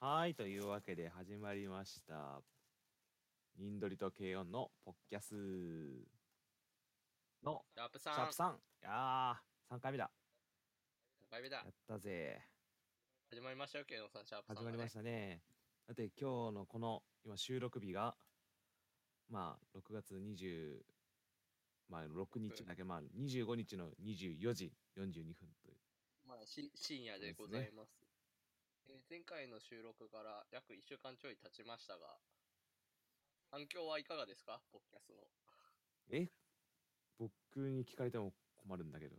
はーい、というわけで始まりました。ニンドリと軽音のポッキャスのラップシさん。ャープさん。いやー、3回目だ。五回目だやっ。たぜ。始まりましたよ、ケイノさん、シャープさん、始まりまし。たね。だって今日のこの今収録日がまあ6月20まあ6日だけまあ25日の24時42分というまあ、し深夜でございます。えー前回の収録から約1週間ちょい経ちましたが、反響はいかがですかポッキャスの。え僕に聞かれても困るんだけど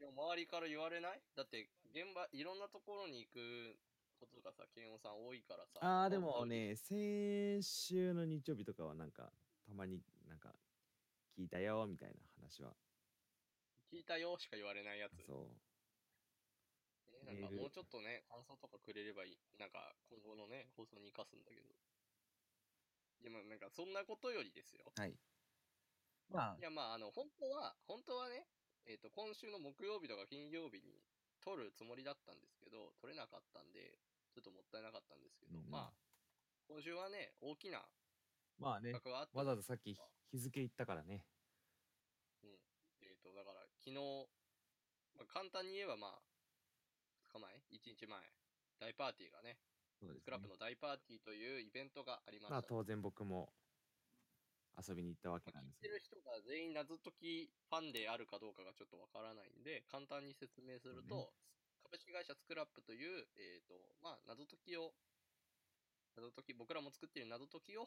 でも周りから言われないだって、現場、いろんなところに行くことがさ、ケイノさん多いからさ。ああでも。ね先週の日曜日とかはなんかたまになんか聞いたよみたいな話は聞いたよしか言われないやつ。そえーなんかメールもうちょっとね、感想とかくれればいい。なんか、今後のね、放送に生かすんだけど。いや、まあなんか、そんなことよりですよ。うはいまあいや、まあ、あの、本当は、本当はね、えっ、と、今週の木曜日とか金曜日に撮るつもりだったんですけど、撮れなかったんで、ちょっともったいなかったんですけど、うんまあ、今週はね、大きなまあね企画があったわざわざさっき日付言ったからねえっ、と、だから、昨日、まあ、簡単に言えば、まあ、2日前 ?1 日前、大パーティーがね、そうでスクラップの大パーティーというイベントがありましまたあと。当然僕も遊びに行ったわけまなあん聞いですてけどる人が全員謎解きファンであるかどうかがちょっとわからないんで、簡単に説明するそうと、株式会社スクラップという、えっ、と、まあ、謎解きを、謎解き、僕らも作ってる謎解きを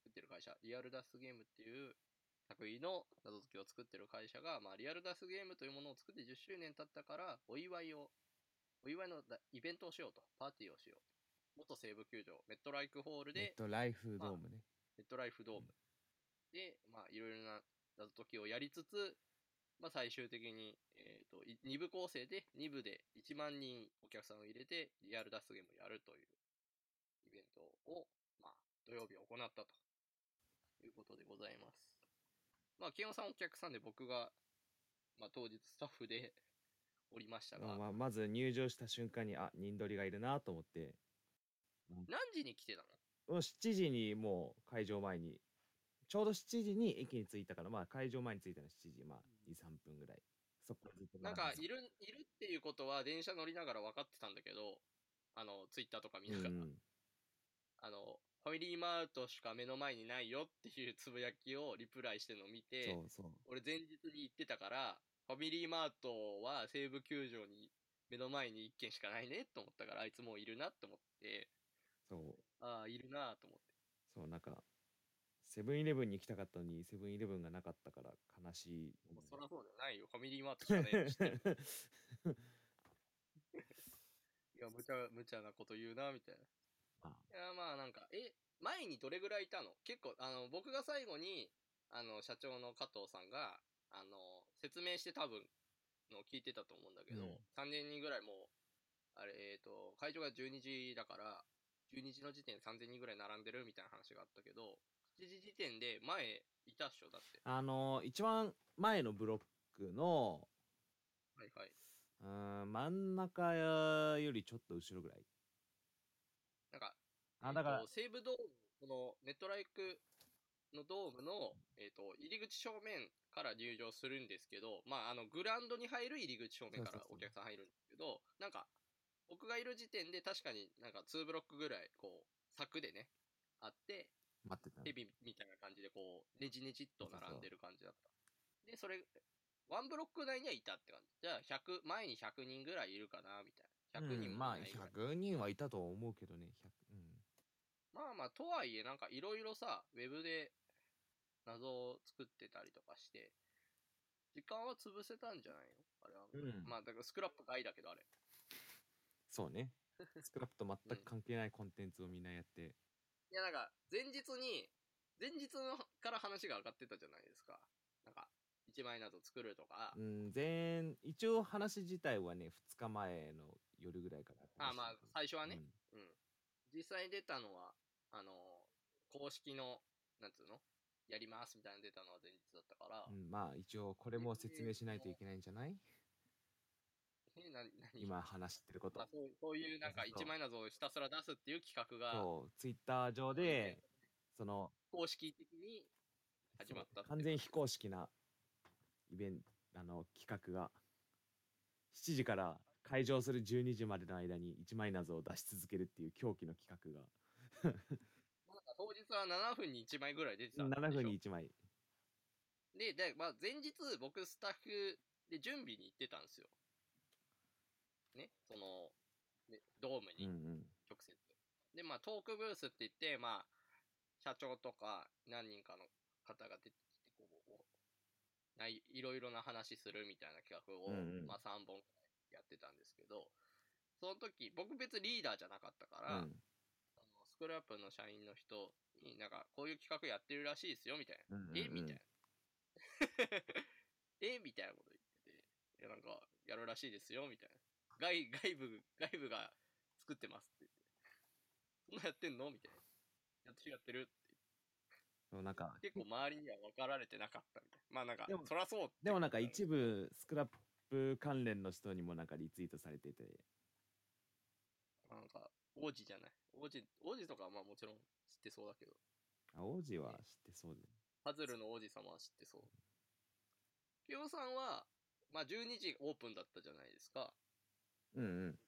作ってる会社、リアルダスゲームっていう作品の謎解きを作ってる会社が、まあ、リアルダスゲームというものを作って10周年経ったから、お祝いを、お祝いのだイベントをしようと、パーティーをしよう。元西武球場、メットライクホールネッ、でトライフドームね、メットライフドーム、うんで、まあ、いろいろな謎解きをやりつつ、まあ、最終的に、えー、と2部構成で2部で1万人お客さんを入れてリアルダスゲームをやるというイベントを、まあ、土曜日行ったということでございます。まあ、ケンオさんお客さんで僕が、まあ、当日スタッフでおりましたが、まあ、まず入場した瞬間にあニンドリがいるなと思って何時に来てたものう7時にもう会場前にちょうど7時に駅に着いたからまあ会場前に着いたのは7時まあ23分ぐらいそこからずっとなんか並でいるいるっていうことは電車乗りながら分かってたんだけどあのツイッターとか見なたがら、うんうんあのファミリーマートしか目の前にないよっていうつぶやきをリプライしてるのを見てそうそう俺前日に行ってたからファミリーマートは西武球場に目の前に1軒しかないねと思ったからあいつもういるなと思ってそうああいるなと思ってそうなんかセブンイレブンに行きたかったのにセブンイレブンがなかったから悲しい思いそりゃそうだよないよファミリーマートしかないの知ってるいや無茶無茶なこと言うなみたいなまいやまあなんかえ前にどれぐらいいたの結構あの僕が最後にあの社長の加藤さんがあの説明して多分のを聞いてたと思うんだけど、うん3000人ぐらいもうあれえっ、と会場が12時だから12時の時点で3000人ぐらい並んでるみたいな話があったけど7時時点で前いたっしょだって あのー一番前のブロックのはいはいうーん真ん中よりちょっと後ろぐらいなんかあだかえらーと西武ドームこのネットライクのドームの、えー、と入り口正面から入場するんですけど、まあ、あのグラウンドに入る入り口正面かそうらそうそうお客さん入るんですけどなんか僕がいる時点で確かになんか2ブロックぐらいこう柵でねあって待ってたヘビみたいな感じでこうねじねじっと並んでる感じだったでそれワンブロック内にはいたって感じじゃあ100前に100人ぐらいいるかなみたいな100う人んもまあいないぐらい100人はいたと思うけどね100うんまあまあ、とはいえ、なんかいろいろさ、ウェブで謎を作ってたりとかして、時間は潰せたんじゃないのあれは。うんまあ、だからスクラップ外だけど、あれ。そう ねスクラップと全く関係ないコンテンツをみんなやって、いや、なんか、前日に、前日のから話が上がってたじゃないですか。なんか、一枚謎作るとかう、ん、全一応話自体はね2日前の夜ぐらいからあまあ、最初はあね、うん。実際出たのは、あの、公式の、なんつうのやりますみたいなの出たのは前日だったから、うん、まあ一応これも説明しないといけないんじゃない、ね、な何今話してることまあ、そうそういうなんかそう一枚謎をひたすら出すっていう企画がそうツイッター上でその公式的に始まったってそう完全非公式なイベンあの企画が7時から開場する12時までの間に1枚謎を出し続けるっていう狂気の企画がなんか当日は7分に1枚ぐらい出てたんでしょ7分に1枚でで、まあ、前日僕スタッフで準備に行ってたんですよねそのねドームうにんうん直接、でまあトークブースって言ってまあ社長とか何人かの方が出てきてこうないいろいろな話するみたいな企画を、うんうんまあ、3本くらいやってたんですけどその時僕別にリーダーじゃなかったかうら、んあのスクラップの社員の人になんかこういう企画やってるらしいですよみたいなうんうんえみうんたいな。 えみたいなこと言ってて、いやなんか、やるらしいですよ、みたいな。外、外部、外部が作ってますって言って。そんなやってんのみたいな。やってるやってるってでもなんか言って。結構周りには分かられてなかったみたいな。まあなんかでも、そらそうってでもなんか一部スクラップ関連の人にもなんかリツイートされててなんか、王子じゃない。王子、王子とかはまあもちろん知ってそうだけど、あ王子は知ってそうでパズルの王子様は知ってそう。キヨさんは、まあ12時オープンだったじゃないですか。うんうん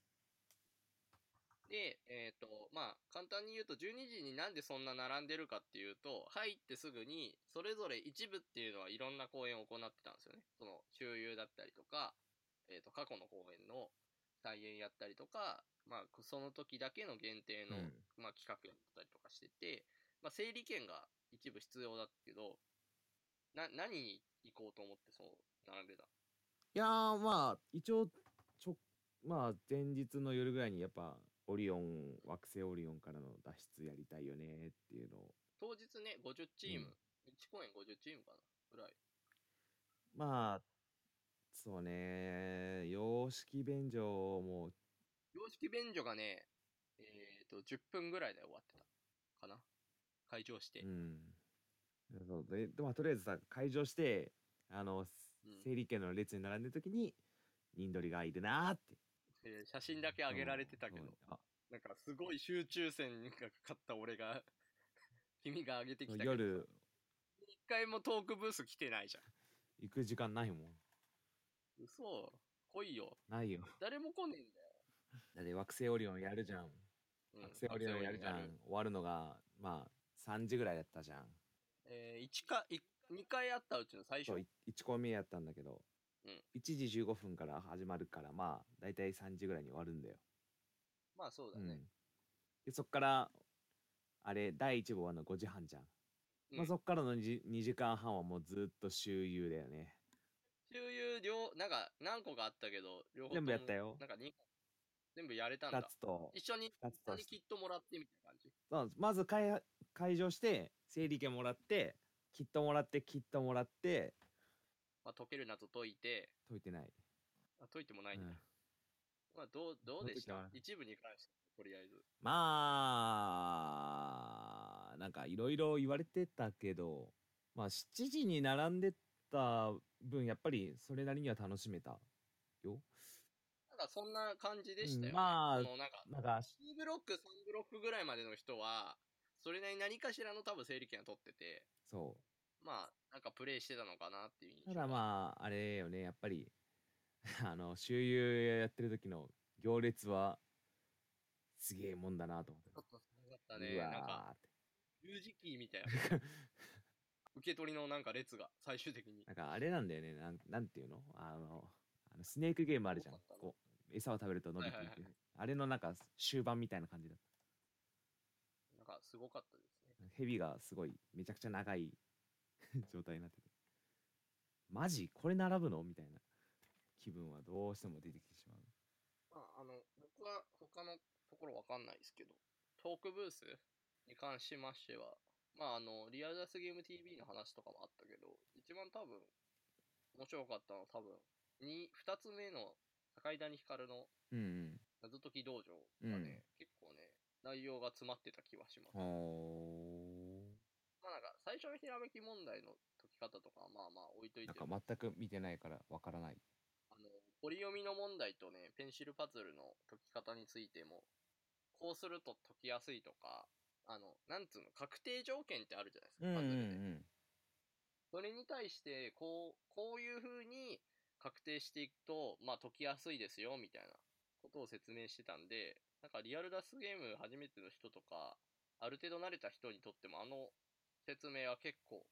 で、えっ、と、まあ、簡単に言うと、12時になんでそんな並んでるかっていうと、入ってすぐに、それぞれ一部っていうのはいろんな公演を行ってたんですよね。その、周遊だったりとか、えっ、と、過去の公演の再演やったりとか、まあ、その時だけの限定の、うんまあ、企画やったりとかしてて、まあ、整理券が一部必要だったけど、な、何に行こうと思って、そう、並んでた。いやーまあ一応ちょまあ前日の夜ぐらいにやっぱオリオン惑星オリオンからの脱出やりたいよねっていうのを当日ね、50チーム、うん1公演50チームかな、ぐらい。まあそうね様式便所をもう洋式便所がね、えっ、と、10分ぐらいで終わってた。かな会場して。うんそうででまあとりあえずさ会場してあの、うん整理券の列に並んでる時にインドリがいるなーってえー写真だけ上げられてたけどうん、あなんかすごい集中線がかかった俺が、 君が上げてきたけど、夜一回もトークブース来てないじゃ行く時間ないもんん。嘘。来いよ。ないよ誰も来ねえんだよ。だって惑星オリオンやるじゃんうんアクセオリオンやるじゃんアクセオリオンやる終わるのがまあ3時ぐらいだったじゃんえー、一か、い二回あったうちの最初そう。1個目やったんだけど、うん一1時15分から始まるからまあ大体3時ぐらいに終わるんだよ、まあそうだうんね。でそっからあれ第1部はの5時半じゃん、まうあ、んそっからの 2, 2時間半はもうずっと周遊だよね周遊両、なんか何個かあったけど、両方と全も部やったよなんか二個全部やれたん2だ。つと一緒に2つ下とにキットもらってみたいな感じ。そうまず会会場して整理券もらってキットもらってキットもらってまあ、解ける謎解いて、解いてない、あ解いてもなういんだ。んまあ、どう、どうでし解いてもたない一部に関して、とりあえず。まあ、なんかいろいろ言われてたけど、まあ7時に並んでた分、やっぱりそれなりには楽しめたよ。なんか、そんな感じでしたよ、ねうんまあそのなんか、なんか、 2ブロック、3ブロックぐらいまでの人は、それなりに何かしらの多分整理券を取ってて、そまあ、なんかプレイしてたのかなっていう印う。た象だあ、まあ、あれよね、やっぱり、 あの、周遊やってる時の行列は、すげえもんだなと思ちょっっとすごかったた。ね。うなわんか、ーって。十字キーみたいな。 受け取りのなんか列が、最終的に。なんかあれなんだよね、なんなんていうのあの、あのスネークゲームあるじゃん多かっ。たなこう、餌を食べると伸びていはいはいく。あれのなんか終盤みたいな感じだった。なんか、すごかったですね。ヘビがすごいめちゃくちゃ長い 状態になっててマジこれ並ぶのみたいな気分はどうしても出てきてしまうまあ、あの、僕は他のところわかんないですけど、トークブースに関しましては、まあ、あの、リアルダスゲーム TV の話とかもあったけど、一番多分、面白かったのは多分、に二つ目の、高井谷光のうん謎解き道場がね、結構ね、内容が詰まってた気はします。うんおまあなんか、最初のひらめき問題の解き方とかはまあまあ置いといなんて、か全く見てないからわからないあの、折り読みの問題とね、ペンシルパズルの解き方についても、こうすると解きやすいとか、あの、なんつうの、確定条件ってあるじゃないですか、うんうんパうズルで。んそれに対して、こう、こういう風に確定していくと、まあ解きやすいですよ、みたいなことを説明してたんで、なんかリアルダスゲーム初めての人とか、ある程度慣れた人にとってもあの説明は結構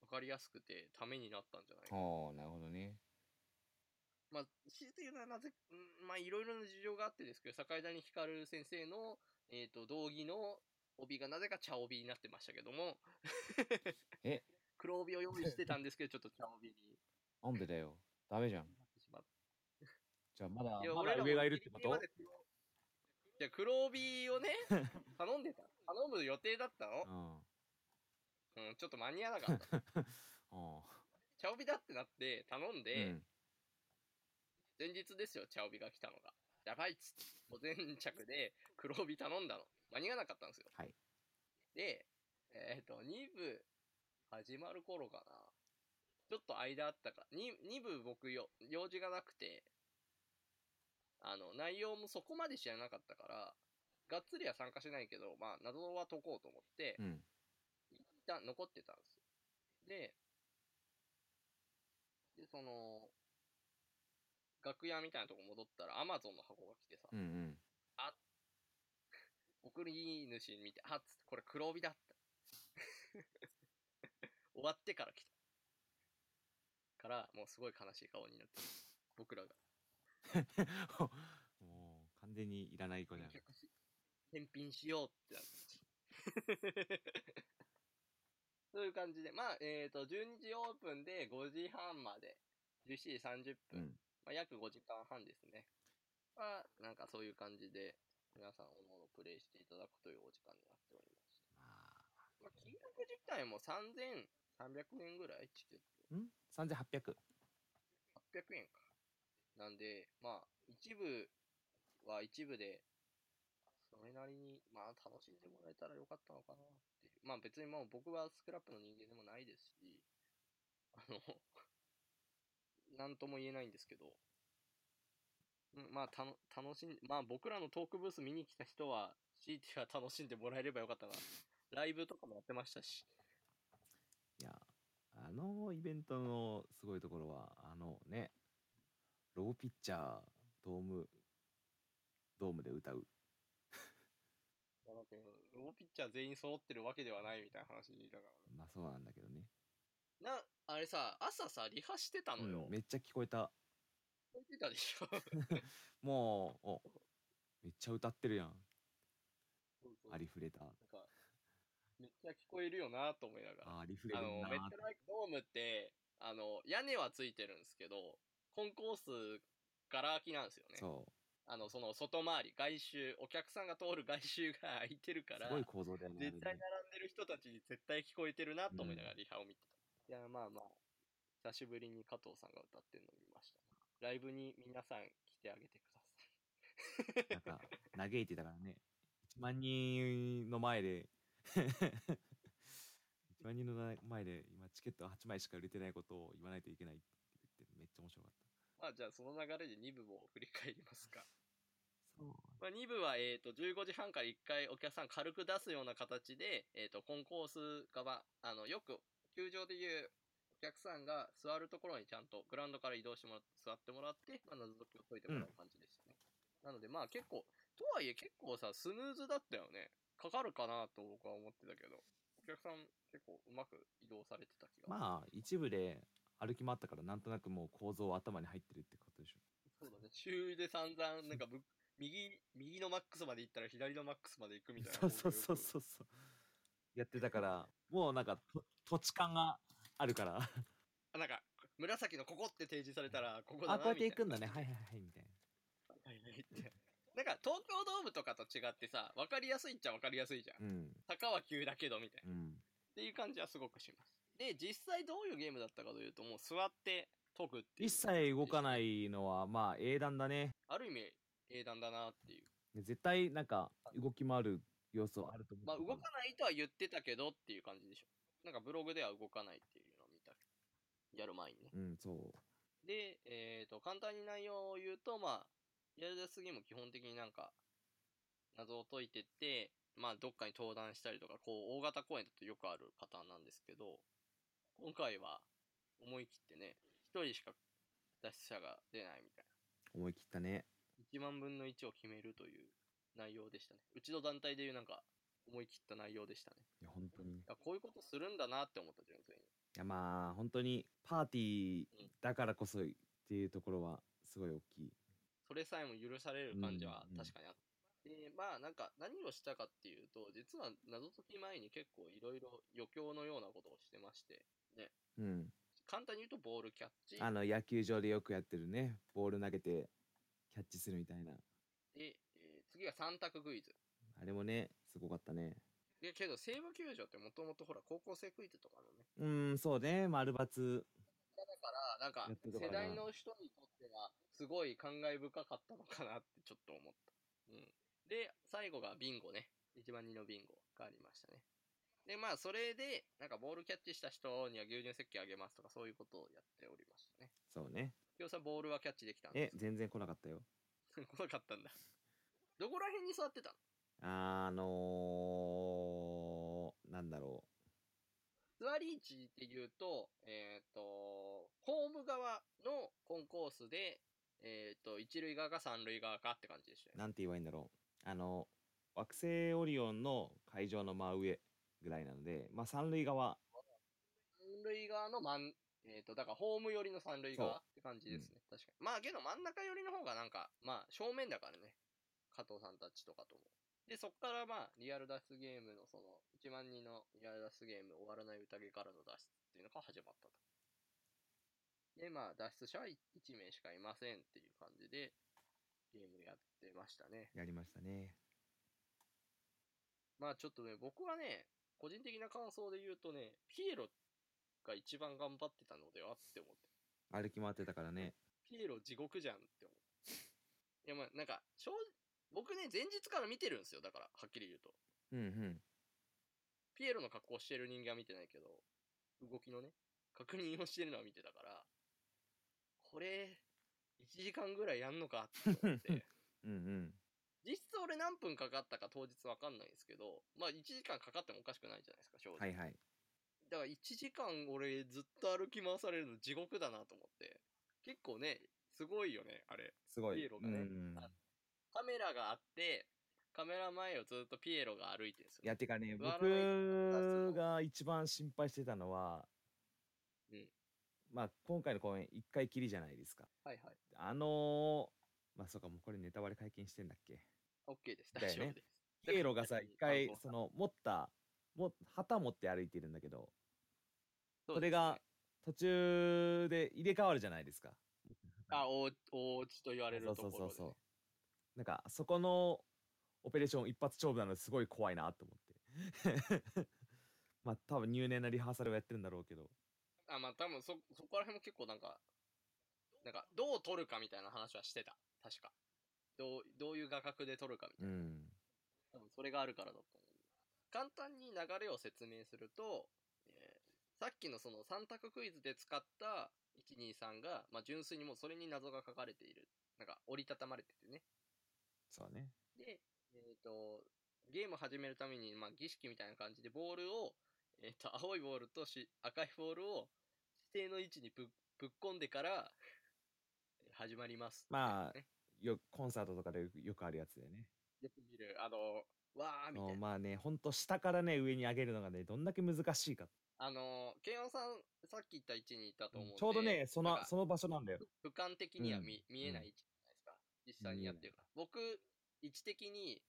わかりやすくてためになったんじゃないかな。ああなるほどねまあ、強いて言うならなぜ、うんまあいろいろな事情があってですけど、坂井谷光先生の、えっ、と、道義の帯がなぜか茶帯になってましたけども、え 黒帯を用意してたんですけど、ちょっと茶帯に。なんでだよダメじゃんなってしまっじゃあまだいまやだ俺らも上がいるってことギリギリまで黒じゃあ黒 帯をね頼んでた頼む予定だったのう、んうん、ちょっと間に合わなかったあ茶帯だってなって頼んーで、前日ですよ茶帯が来たのがやばいっつって午前着で黒帯頼んだの間に合わなかったんですよはいでえっ、と2部始まる頃かなちょっと間あったか 2, 2部僕よ用事がなくてあの内容もそこまで知らなかったからがっつりは参加しないけどまあ謎は解こうと思ってうん一旦残ってたんですよででその楽屋みたいなとこ戻ったらアマゾンの箱が来てさ、うんうん送り主見て、あっつって、これ黒帯だった。 終わってから来た。から、もうすごい悲しい顔になってる、僕らが。うん もう完全にいらない子じゃん返却し返品しようってなって そういう感じで、まあ、えっ、と、12時オープンで5時半まで、17時30分、うんまあ、約5時間半ですね。は、なんかそういう感じで、皆さん、おののプレイしていただくというお時間になっております。まあ、金額自体も3300円ぐらいチケットうん3800 800円か。なんで、まあ、一部は一部で、それなりに、まあ、楽しんでもらえたらよかったのかなっていう。まあ、別にもう僕はスクラップの人間でもないですし、あの、なんとも言えないんですけど、うんまあ、たの楽しんまあ、僕らのトークブース見に来た人は、強いては楽しんでもらえればよかったな。ライブとかもやってましたし。いやあのイベントのすごいところはあのねローピッチャードームドームで歌ういやだってローピッチャー全員揃ってるわけではないみたいな話だかまあそうなんだけどね、らな。あれさ、朝さ、リハしてたのよ。うんめっちゃ聞こえた聞こえてたでし ょ。もうおめっちゃ歌ってるやんありふふれたなんか、めっちゃ聞こえるよなと思いながら。あありふれあるなの、メッートライクドームって、あの、屋根はついてるんですけど、コンコースから空きなんですよね。そあの、その外回り、外周、お客さんが通る外周が空いてるうからす、ごい構造だよね絶対並んでる人たちに絶対聞こえてるなと思いながらうリハを見てた。いや、まあまあ、久しぶりに加藤さんが歌ってるの見ました。ライブに皆さん来てあげてください。あれねなんか嘆いてたからね1万人の前で 1万人の前で今チケット8枚しか売れてないことを言わないといけないって言ってめっちゃ面白かった まあじゃあその流れで2部を振り返りますか。そうまあ、2部は、えー、と15時半から1回お客さん軽く出すような形で、えー、とコンコース側あのよく球場でいうお客さんが座るところにちゃんとグラウンドから移動してもらって座ってもらって、まあ、謎解きを解いてもらう感じでしたね、なのでまあ結構とはいえ結構さスムーズだったよねかかるかなと僕は思ってたけどお客さん結構うまく移動されてた気がまあ一部で歩き回ったからなんとなくもう構造は頭に入ってるってことでしょそうだね週で散々なんかぶ右右のマックスまで行ったら左のマックスまで行くみたいなそうそうそううそうそうやってたからもうなんかと土地感が あるからあなんか、紫のここって提示されたら、ここだなあこうやって行くんみだねはいはいはいみたいなたいな。はいはいって なんか、東京ドームとかと違ってさ、分かりやすいっちゃ分かりやすいじゃん。うん坂は急だけど、みたいな。うんっていう感じはすごくします。で、実際どういうゲームだったかというと、もう座って解くっていう。一切動かい。ないのはまあ英断だねある意味、英断だなっていう。絶対なんか動き回る要素はあると思うまあ、動かないとは言ってたけどっていう感じでしょ。なんか、ブログでは動かないっていうのを見た。やる前にね。うんそうで、えー、と、簡単に内容を言うと、まあ、やりだすぎも基本的になんか、謎を解いてって、まあ、どっかに登壇したりとか、こう、大型公演だとよくあるパターンなんですけど、今回は、思い切ってね、一人しか脱出者が出ないみたい思い切ったねな。1万分の1を決めるという内容でしたね。うちの団体でいうなんか、思い切った内容でしたね。いや本当にねあこういうことするんだなって思った、純粋に。いやまあ本当にパーティーだからこそっていうところはすごい大きいそれさえも許される感じはうんうん確かにあって、でまあなんか何をしたかっていうと実は謎解き前に結構いろいろ余興のようなことをしてましてうん簡単に言うとボールキャッチあの野球場でよくやってるねボール投げてキャッチするみたいなで、えー次が3択クイズあれもねすごかったねでけど西武球場ってもともとほら高校生クイズとかのねうーんそうね丸×だからなんかやってたか世な代の人にとってはすごい感慨深かったのかなってちょっと思った、うん、で最後がビンゴね1万人のビンゴがありましたねでまあそれでなんかボールキャッチした人には牛乳石器あげますとかそういうことをやっておりましたねそうね今日さんボールはキャッチできたんでえす全然来なかったよ 怖かったんだどこら辺に座ってたのあのー、なんだろ座り位置っていうと、えっ、と、ホーム側のコンコースで、えっ、と、一塁側か三塁側かって感じでしたようね。なんて言えばいいんだろうあの惑星オリオンの会場の真上ぐらいなのでまあ三塁側三塁側の真ん、えっ、と、だからホーム寄りの三塁側って感じですね。確かに。まあ、けど真ん中寄りの方がなんか、まあ、正面だからね。加藤さんたちとかとも。で、そっからまあ、リアル脱出ゲームのその、1万人のリアル脱出ゲーム終わらない宴からの脱出っていうのが始まったと。で、まあ、脱出者は1名しかいませんっていう感じで、ゲームやってましたね。やりましたねまあちょっとね、僕はね、個人的な感想で言うとね、ピエロが一番頑張ってたのではって思って。歩き回ってたからねピエロ地獄じゃんって思って。いやまあなんか、正直僕ね、前日から見てるんですよ。だから、はっきり言うと。うんうんピエロの格好してる人間は見てないけど、動きのね、確認をしてるのは見てたから、これ、1時間ぐらいやんのかって 思って。うんうん実質俺何分かかったか当日わかんないんですけど、まあ1時間かかってもおかしくないじゃないですか、正直。はいはいだから1時間俺ずっと歩き回されるの地獄だなと思って。結構ね、すごいよね、あれ。すごいピエロがねうんあカメラがあって、カメラ前をずっとピエロが歩いてるんですよ。いやてかね座らない僕が一番心配してたのは、うんまあ今回の公演一回きりじゃないですかはいはい。あのー、まあそうかもうこれネタバレ解禁してんだっけ OK です。だ大よ丈ね夫でピす。エロがさ一回あその持ったも旗持って歩いてるんだけどそうそれですがね途中で入れ替わるじゃないですかあ、おう、おうちと言われるそとうこそろうで、そうそうなんかそこのオペレーション一発勝負なのすごい怖いなと思って まあ多分入念なリハーサルをやってるんだろうけどあ、まあ多分そ、そこら辺も結構なんか、なんか、どう撮るかみたいな話はしてた。確か。どう、どういう画角で撮るかみたいな。うん多分それがあるからだと思う。簡単に流れを説明すると、えーさっきのその3択クイズで使った123が、まあ、純粋にもうそれに謎が書かれている。なんか折りたたまれててね。そうねで、えっ、と、ゲーム始めるために、まあ、儀式みたいな感じでボールを、えっ、と、青いボールとし赤いボールを指定の位置にぶっぶっ込んでから、始まります。まあねよコンサートとかでよくあるやつだよねよく見る、あの、わーみたいなもう。まあねほんと下からね上に上げるのがねどんだけ難しいかあのー、ケンオさん、さっき言った位置にいたと思うんで、ちょうどねそなのんかその場所なんだよふ俯瞰的にはうん見,、見えない位置じゃないですか。実際にやってるから。僕、位置的に、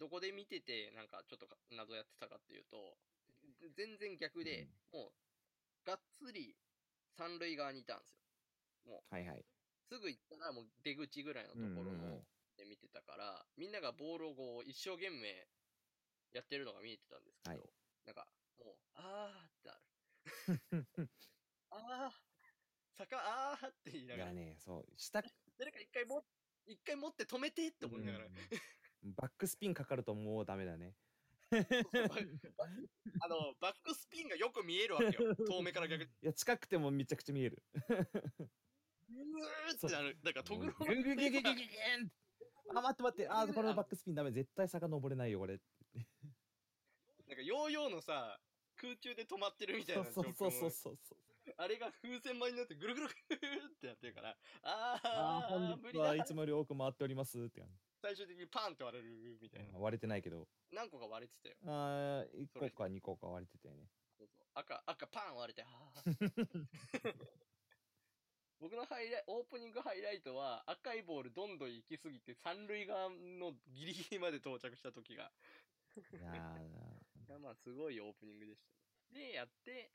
どこで見てて、なんかちょっとか謎やってたかっていうと、全然逆で、もう、がっつり三塁側にいたんですよ。はいはいすぐ行ったらもう出口ぐらいのところうんうんうのんで見てたから、みんながボールをこう一生懸命やってるのが見えてたんですけど、はいなんかもう、あーってなる。 あー、坂あーって言いないがやら、ねそう下誰か一回も、一回持って止めてって思いながら、うんバックスピンかかるともうダメだねそうそうバックあの、バッ クスピンがよく見えるわけよ。遠目から逆に。いや近くてもめちゃくちゃ見えるーってなる。だから、トグログングングングングングンあ、待って待って。あ、これバックスピンダメ。絶対坂登れないよ、これ。なんかヨーヨーのさ、空中で止まってるみたいそなう状そ況うのそうそうそう。あれが風船舞になってぐるぐるぐるってなってるから、あーあー、あ本無日理はだいつもより多く回っておりますって感最終的にパンって割れるみたじいな。割れてないけど。何個か割れてたよ。あー、1個か2個か割れて たよね。そうそう赤、赤パン割れて、あー僕のハイライオープニングハイライトは赤いボールどんどん行き過ぎて三塁側のギリギリまで到着した時がいやいやまあすごいオープニングでしたね。で、やって、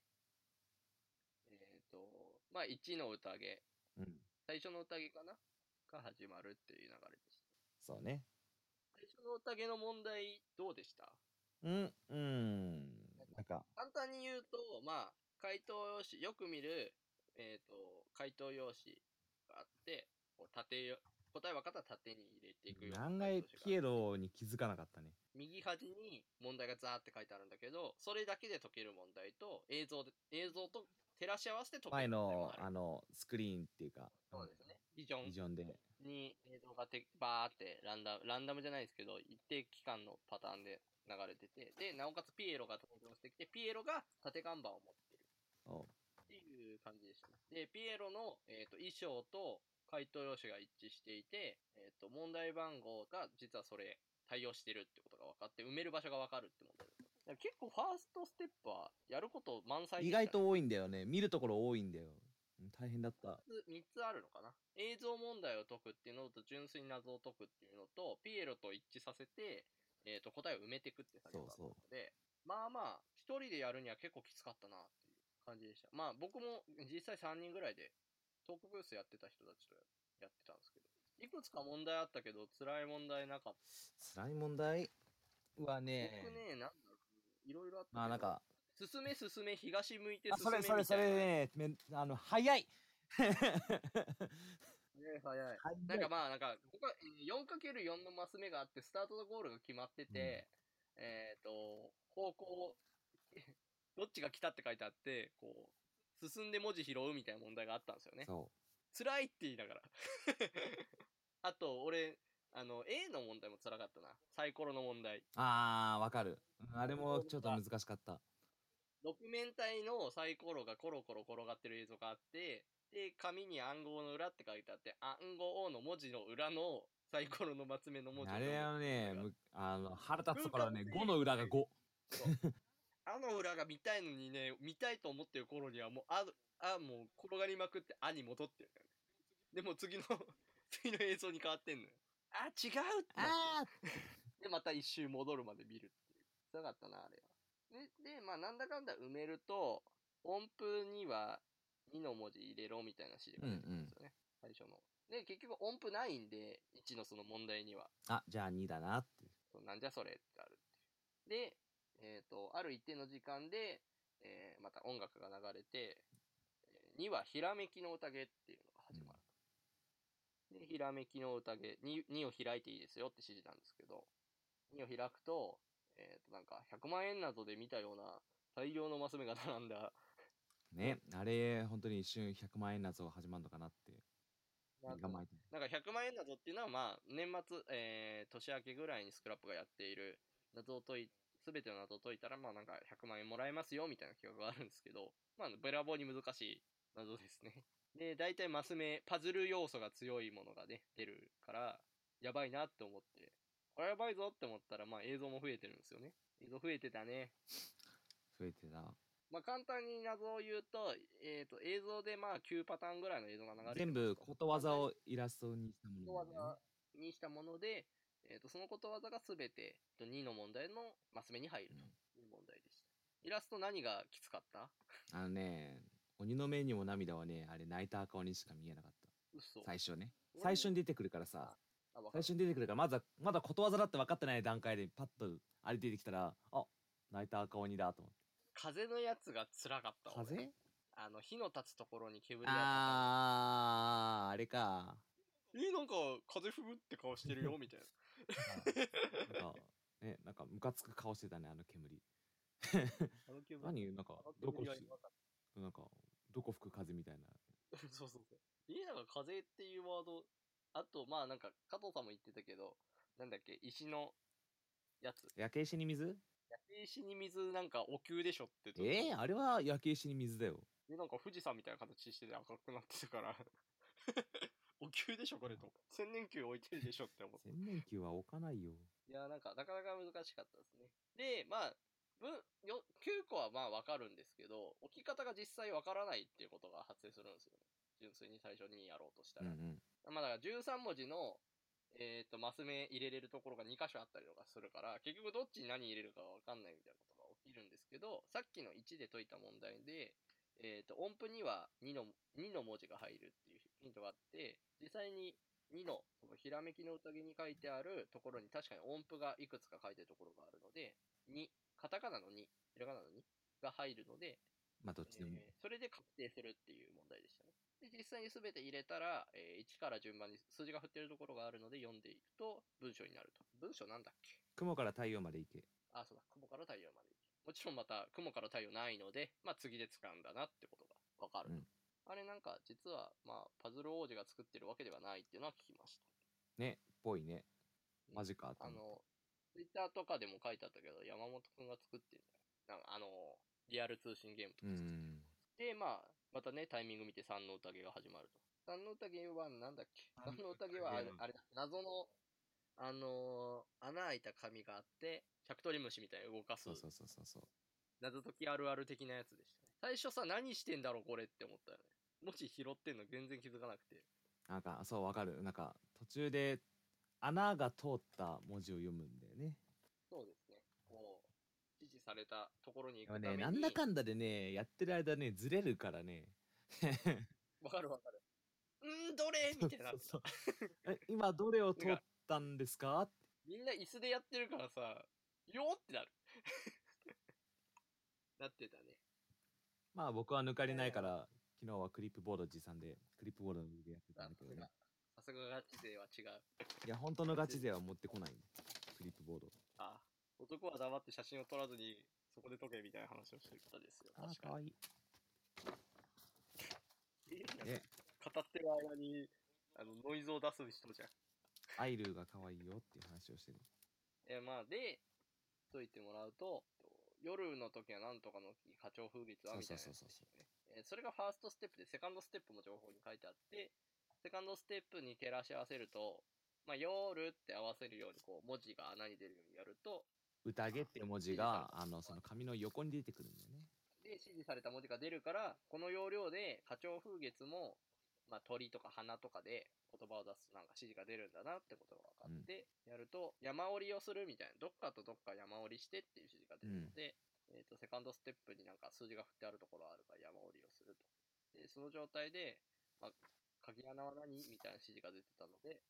えっ、と、まあ1の宴、ーうん。最初の宴かなが始まるっていう流れでした。そうね。最初の宴の問題どうでしたうん、うん。なんか、簡単に言うと、まあ、回答用紙、よく見る、えっ、と、回答用紙があって、こう縦よ、答え分かったら縦に入れていくような案外回答紙がピエロに気づかなかったね。右端に問題がザーって書いてあるんだけど、それだけで解ける問題と、映像で、映像と照らし合わせて解前ける問の題もあある。のスクリーンっていうか、そうですね。ビジョビンジョンで。に映像がてバーってランダム、ランダムじゃないですけど、一定期間のパターンで流れてて、で、なおかつピエロが登場してきて、ピエロが縦看板を持ってるおっていう感じでしたね。で、ピエロの、えー、と衣装と回答用紙が一致していて、えー、と問題番号が実はそれ対応してるってことが分かって、埋める場所が分かるって問題だった。だから結構ファーストステップはやること満載で意した外ねと多いんだよね。見るところ多いんだよ。うん大変だった。 3つあるのかな映像問題を解くっていうのと純粋に謎を解くっていうのとピエロと一致させて、えー、と答えを埋めていくって作業だったのでまあまあ1人でやるには結構きつかったなっていう感じでしたまあ僕も実際3人ぐらいでトークブースやってた人たちとやってたんですけどいくつか問題あったけど辛い問題なかった辛い問題はね、僕ねなんだろういろいろあったけまどあなんか、進め進め東向いてあ進そめれみたそいれなそれね、めんあの、早い早い早いなんかまあ、なんか、ここはえー 4×4 のマス目があって、スタートとゴールが決まってて、えっ、と、方向、どっちが来たって書いてあって、こう、進んで文字拾うみたいな問題があったんですよね。そ辛いって言いながら。 あと、俺、あの、A の問題も辛かったな。サイコロの問題。う。あー、わかる。うんあれもちょっと難しかった。六面体のサイコロがコロコロ転がってる映像があって、で、紙に暗号の裏って書いてあって、暗号の文字の裏のサイコロのマス目の文字のあれはね、むあの、腹立つところはね、文化5の裏が5。あの裏が見たいのにね、見たいと思ってる頃にはもう、あ、あ、もう転がりまくって、あに戻ってるからね。でも次の、 次の映像に変わってんのよ。あ、違うってなってあで、また一周戻るまで見るっていう。辛かったな、あれは。で、でまあ、なんだかんだ埋めると、音符には2の文字入れろみたいな指示が出てくるんですよね。最初の。で、結局音符ないんで、1のその問題には。ーあ、じゃあ2だなって。そうなんじゃそれってあるっていう。で、えっ、と、ある一定の時間で、えーまた音楽が流れて、2はひらめきの宴っていうのが始まる。で、ひらめきの宴2、2を開いていいですよって指示なんですけど、2を開くと、えっ、と、なんか100万円などで見たような大量のマス目が並んだ、ね、あれ、本当に一瞬100万円謎が始まるのかなって。なんか頑張ってなんか100万円謎っていうのは、まあ、年末、えー年明けぐらいにスクラップがやっている、謎を解い、すべての謎を解いたら、まあなんか100万円もらえますよ、みたいな企画があるんですけど、まあ、べらぼうに難しい謎ですね。で、大体マス目、パズル要素が強いものがね、出るから、やばいなって思って、これやばいぞって思ったら、まあ映像も増えてるんですよね。映像増えてたね。増えてた。まあ簡単に謎を言うと、えっ、と、映像でまあ9パターンぐらいの映像が流れて全ます部ことわざをイラストにしたもことのわなんだよね、ざにしたもので、えー、とそのことわざが全てえっと2の問題のマス目に入るという問題でした。イラスト何がきつかったあのね、鬼の目にも涙はね、あれ泣いた顔にしか見えなかっ嘘た。最初ね。最初に出てくるからさ、あわ最かる初に出てくるから、まだ、まだことわざだって分かってない段階でパッとあれ出てきたら、あ、泣いた赤鬼だと思風のやつが辛かった。って。俺あの、火の立つところに煙が立たないあー、あれか。え、なんか風吹くって顔してるよ、みたいな。なんか、ね、なんかムカつく顔してたね、あの煙。あの煙 何なんかあの、どこ煙しはやばかっなんか、どこ吹く風みたいな。た そうそうそう。家なんか風っていうワード、あと、まあなんか、加藤さんも言ってたけど、なんだっけ、石のやつ。焼け石に水焼け石に水なんかお灸でしょってちょっと。ええあれは焼け石に水だよ。で、なんか富士山みたいな形してて赤くなってたから。 お灸でしょこれと。千年灸置いてるでしょって思って。洗面器は置かないよ。いやーなんかなかなか難しかったですね。で、まあ、分よ9個はまあわかるんですけど、置き方が実際わからないっていうことが発生するんですよね。純粋に最初にやろうとしたうんら。うん。まあだから13文字の、えっ、と、マス目入れれるところが2箇所あったりとかするから、結局どっちに何入れるかわかんないみたいなことが起きるんですけど、さっきの1で解いた問題で、えっ、と、音符には2の、2の文字が入るっていうヒントがあって、実際に2の、このひらめきの宴に書いてあるところに確かに音符がいくつか書いてるところがあるので、2、カタカナの2、ひらがなの2が入るので、まあどっちでも。えーそれで確定するっていう問題でしたね。で、実際に全て入れたら、えー1から順番に数字が振ってるところがあるので読んでいくと文章になると。文章なんだっけ雲から太陽まで行け。あ、そうだ、雲から太陽まで行けもちろんまた雲から太陽ないので、まあ次で掴んだなってことがわかると。うんあれなんか実は、まあ、パズル王子が作ってるわけではないっていうのは聞きました。ね、ぽいね。うんマジかとあ思った。の、ツイッターとかでも書いてあったけど、山本くんが作ってるんだよなんかあの、リアル通信ゲームとうか作ってるん。で、まあ、またね、タイミング見て三の宴が始まると。三の宴はなんだっけ三三のの宴宴ははあれあれだ、謎の、あのー穴開いた紙があって、シャクトリムシみたいに動かすそうそうそうそうそう。謎解きあるある的なやつでしたね。最初さ、何してんだろうこれって思ったよね。もし拾ってんの全然気づかなくて。なんか、そう、わかる。なんか、途中で穴が通った文字を読むんだよね。そうですね。こう、指示されたところでに行もくたね、めに。なんだかんだでね、やってる間ね、ずれるからね。わかるわかる。うーん、どれみたいになって た。そうそうそうえ今、どれを通ったんですかみんな椅子でやってるからさ、よーってなる。 なってたね。まあ、僕は抜かりないから、昨日はクリップボード持参で、クリップボードでやってたんだけどね。さすがガチ勢は違う。いや、本当のガチ勢は持ってこない。クリップボード。あ男は黙って写真を撮らずに、そこで解けみたいな話をしてる方ですよ。あ確ー、かかわいい。に。ね語ってる間に、あの、ノイズを出す人じゃん。アイルが可愛いよっていう話をしてる。えーまあ、で、解いてもらうと、夜の時はなんとかの時、波長風月はみたいなやつでしたねそうそうえーそれがファーストステップで、セカンドステップも情報に書いてあって、セカンドステップに照らし合わせると、まあ、夜って合わせるように、こう、文字が穴に出るようにやると、宴っていう文字が、あの、その紙の横に出てくるんだよね。で、指示された文字が出るから、この要領で、花鳥風月も、まあ、鳥とか花とかで言葉を出すとなんか指示が出るんだなってことが分かって、やると、山折りをするみたいな、どっかとどっか山折りしてっていう指示が出るので、えっ、と、セカンドステップになんか数字が振ってあるところあるから山折りをすると。で、その状態で、まあ、鍵穴は何みたいな指示が出てたので、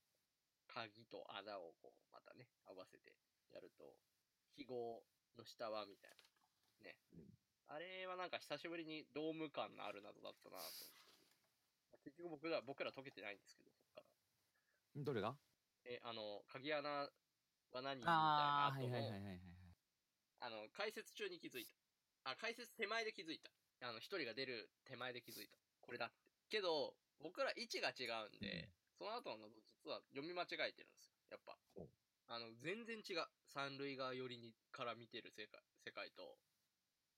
鍵と穴をこう、またね、合わせてやると、記号の下はみたいな。ね。うんあれはなんか久しぶりにドーム感のある謎だったなと思って。結局僕ら、僕ら解けてないんですけど、そっから。んどれがえ、あの、鍵穴は何みたいなああー、後はいもはいはいはいはい。あの、解説中に気づいた。あ、解説手前で気づいた。あの、一人が出る手前で気づいた。これだって。けど、僕ら位置が違うんで、その後の謎実は読み間違えてるんですよ。やっぱほう。あの、全然違う。三塁側寄りにから見てる世界、世界と、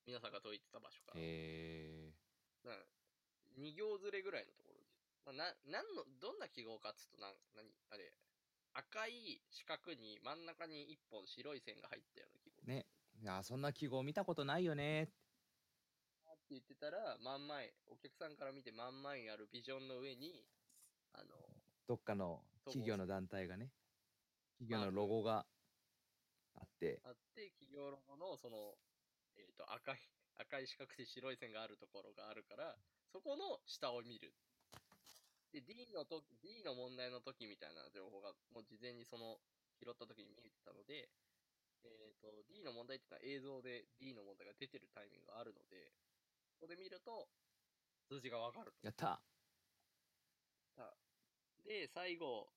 皆さんが解いてた場所から。えなん2行ずれぐらいのところで。まあ、な、なんの、どんな記号かっつうと、なん、何あれ、赤い四角に真ん中に一本白い線が入ったような記号。ー、ね。いやー、そんな記号見たことないよね。って言ってたら、真ん前、お客さんから見て真ん前にあるビジョンの上に、あの、どっかの企業の団体がね。企業のロゴがあって、あって、企業ロゴのその、えっ、と、赤い、赤い四角で白い線があるところがあるから、そこの下を見る。で、D のと、D の問題の時みたいな情報が、もう事前にその、拾った時に見えてたので、えっ、と、D の問題っていうのは映像で D の問題が出てるタイミングがあるので、ここで見ると、数字がわかると。やったで、最後、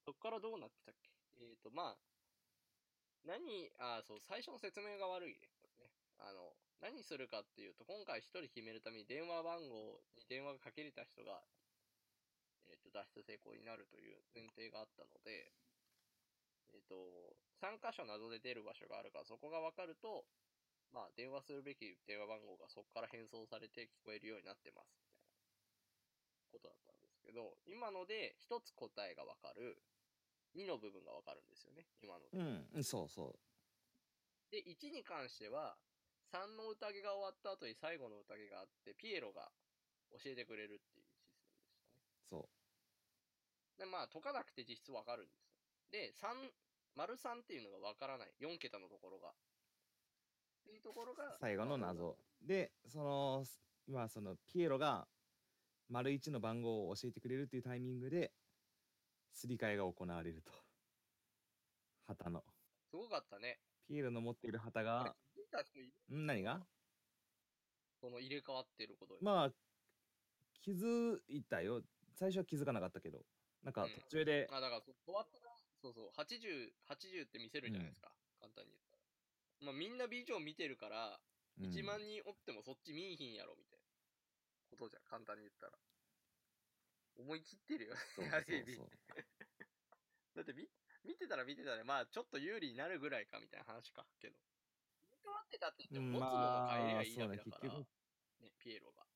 そこからどうなってたっけえっ、ー、と、まあ、何、あーそう、最初の説明が悪いね、これね。あの、何するかっていうと、今回一人決めるために電話番号に電話がかけれた人がえーと脱出成功になるという前提があったので、えっ、と、3箇所謎で出る場所があるから、そこが分かると、まあ、電話するべき電話番号がそこから変装されて聞こえるようになってます、みたいなことだったんですけど、今ので1つ答えが分かる、2の部分が分かるんですよね、今ので。うん、うんそうそで、1に関しては、3の宴が終わった後に最後の宴があって、ピエロが教えてくれるっていうシステムでしたう。そね。で、まあ、解かなくて実質わかるんですよ。で、3、丸3っていうのがわからない。4桁のところが。っていうところがう。。最後のまあ。謎。で、その、今、その、ピエロが、丸一の番号を教えてくれるっていうタイミングで、すり替えが行われると。旗の。すごかったね。ピエロの持っている旗あれが、気づいた人いるん何がその入れ替わってることに。まあ、気づいたよ。最初は気づかなかったけど、なんかうん途中で、あ、だからそう、終わったら、そうそう、80、80って見せるじゃないですか。簡単に言ったら。まあ、みんな美女見てるから、うん1万人おってもそっち見んひんやろみたいなことじゃん簡単に言ったら思い切ってるよね そうあるそう意味そうだって見見てたら見てたでまあちょっと有利になるぐらいかみたいな話かけど入れ替わってたって言っても持つのが変えりゃいいだけだかまら、あそうねね、ピエロが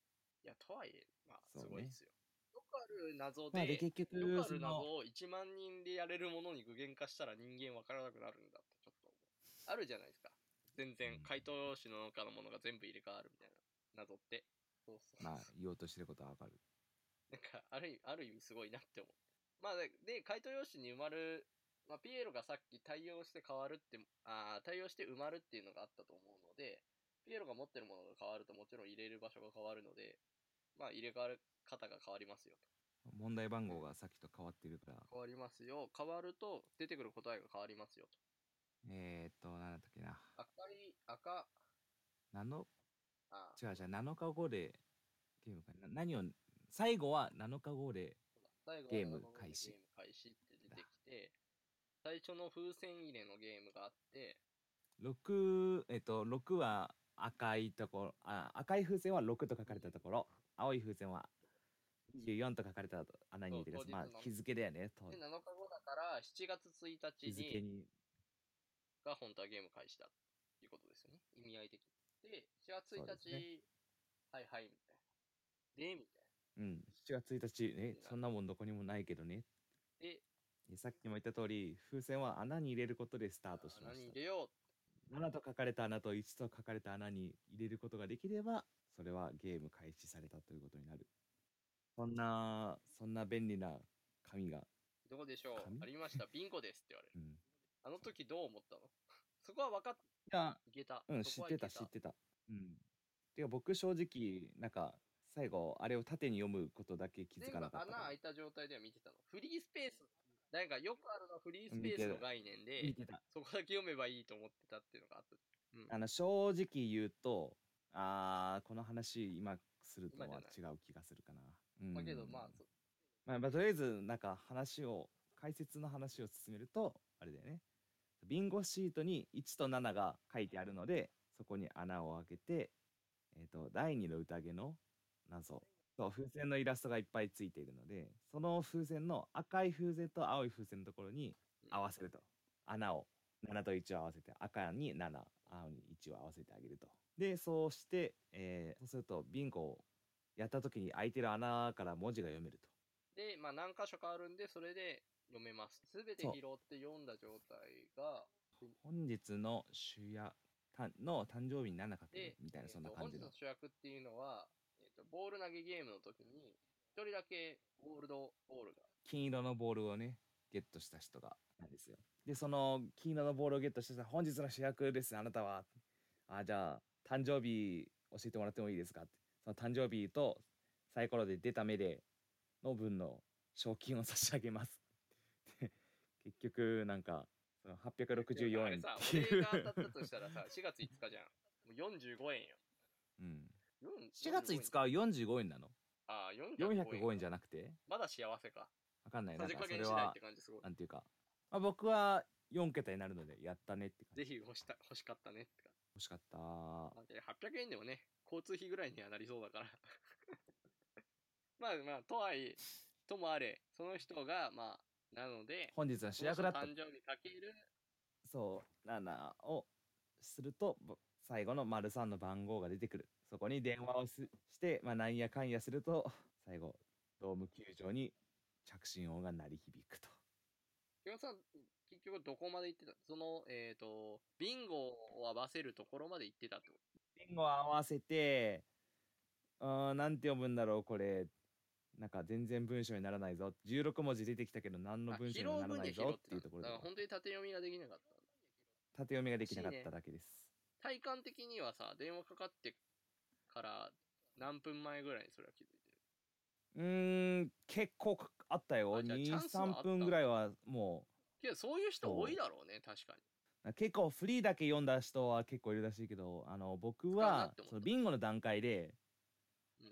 いやとはいえまあそうすねごいですよ、よくある謎で,、まあ、で結局よくあそる謎のを1万人でやれるものに具現化したら人間わからなくなるんだってちょっと思うあるじゃないですか全う然ん回答種の中のものが全部入れ替わるみたいな謎ってそうそうまあ言おうとしてることはわかるなんかある意味ある意味すごいなって思うまあでで回答用紙に埋まる、まあ、ピエロがさっき対応して変わるってあー対応して埋まるっていうのがあったと思うのでピエロが持ってるものが変わるともちろん入れる場所が変わるのでまあ入れ替わる方が変わりますよと問題番号がさっきと変わってるから変わりますよ変わると出てくる答えが変わりますよとえー、っと何だったっけな赤い、赤、 7あ、違う違う7日後でゲームかな何を最後は7日後で最後ゲームは生放送開始ゲーム開始って出てきて、最初の風船入れのゲームがあって、 6えっと6は赤いところあ赤い風船は6と書かれたところ青い風船は24と書かれたと穴に入れるやつそうまあ当日の日付だよねとで、7日後だから、7月1日日付に、にが本当はゲーム開始だっていうことですよね。意味合い的に。で、7月1そうです日、はいはい、みたいな。で、みたういん7月1日ねそんなもんどこにもないけどねな。で、でさっきも言った通り風船は穴に入れることでスタートしま何し入たれよ7と書かれた穴と1と書かれた穴に入れることができればそれはゲーム開始されたということになるそんなそんな便利な紙が、う。どこでしょう紙ありました。ビンゴですって言われる。うん、いあの時どう思ったのそこは分かっやいけた。うん知っそこはいてたけ知ってたうんてか僕正直なんか最後あれを縦に読むことだけ気づ全か部なかった穴から開いた状態では見てたの。フリースペース。なんかよくあるのはフリースペースの概念見で、てたそこだけ読めばいいと思ってたっていうのがあった。あの正直言うとあーこの話今するとは今じ違う気がするかなうんまあけどまあ、そまあ、まあ、とりあえずなんか話を解説の話を進めるとあれだよねビンゴシートに1と7が書いてあるのでそこに穴を開けて、えー、と第2の宴の謎そう風船のイラストがいっぱいついているのでその風船の赤い風船と青い風船のところに合わせると穴を7と1を合わせて赤に7青に1を合わせてあげるとでそうして、えーそうするとビンゴをやった時に開いてる穴から文字が読めるとで、まあ何箇所かあるんで、それで読めます。すべて拾って読んだ状態が、本日の主役たの誕生日にならなかったねで、みたいなえーそんなと感じの本日の主役っていうのは、えーとボール投げゲームの時に、一人だけゴールドボールが、金色のボールをねゲットした人がなんですよでその金色のボールをゲットした人は本日の主役ですあなたはあじゃあ誕生日教えてもらってもいいですかってその誕生日とサイコロで出た目での分の賞金を差し上げます で結局なんかその864円でもっ、あれさて俺いうが当たったとしたらさ、4月5日じゃん。もう45円よ。 うん、 4 4月5日は45円なのああ、405 405円円じじゃゃなくてまだ幸せか。わかんないなさんじかそ加減れ次第っはて感じすごいな。んていうか、まあ、僕は4桁になるのでやったねって感じぜひ欲した欲しかったねって感欲しかったじ。まあ800円でも ね、交通費ぐらいにはなりそうだから。まあまあ、とはいえ、ともあれ、その人が、まあ、なので、本日は主役だったその人の誕生にかける、そう7をするとぼ最後の丸3の番号が出てくるそこに電話をすして、まあ、なんやかんやすると最後ドーム球場に着信音が鳴り響くと木村さん、結局どこまで行ってたその、えっ、と、ビンゴを合わせるところまで行ってたってこ言語を合わせてうーんなんて読むんだろうこれなんか全然文章にならないぞ16文字出てきたけど何とのあ文章拾になうら分なでい拾ぞっていううんだところでだから本当に縦読みができなかった。縦読みができなかっただけです、体感的にはさ、電話かかってから何分前ぐらいにそれは気づいてる。うーん結構かあったよあじゃあチャンスはあっ23た分ぐらいはもうけど、そういう人多いだろうね、確かに。結構フリーだけ読んだ人は結構いるらしいけどあの僕使うなはって思ったそのビンゴの段階で、うん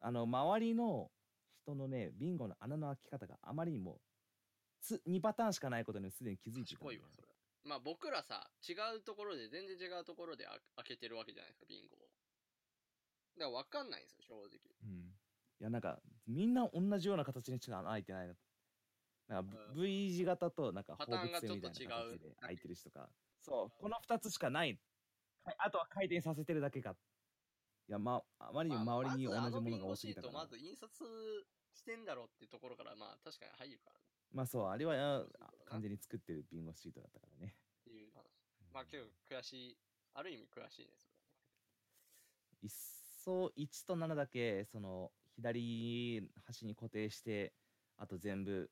あの周りの人のねビンゴの穴の開き方があまりにもつ2パターンしかないことにすでに気づいてたん賢だいよわ、それは。まあ僕らさ、違うところで、全然違うところであ開けてるわけじゃないですか、ビンゴを。だから分かんないんですよ、正直。うん、いやなんかみんな同じような形にしか穴開いてないのなんか V V 字型となんかパ放ター物ンがち線ょっみとたい違うな形で開いてる人かそうこの2つしかないかあとは回転させてるだけかいやまああまりにも周りに同じものが多すぎたから、まあまずあのビンゴシートまず印刷してんだろうってところから、まあ確かに入るからねまあそう、あれはあそうだな完全に作ってるビンゴシートだったからね。っていう話。まあ結構悔しい、ある意味悔しいね、それはね。一層1と7だけ、その、左端に固定して、あと全部、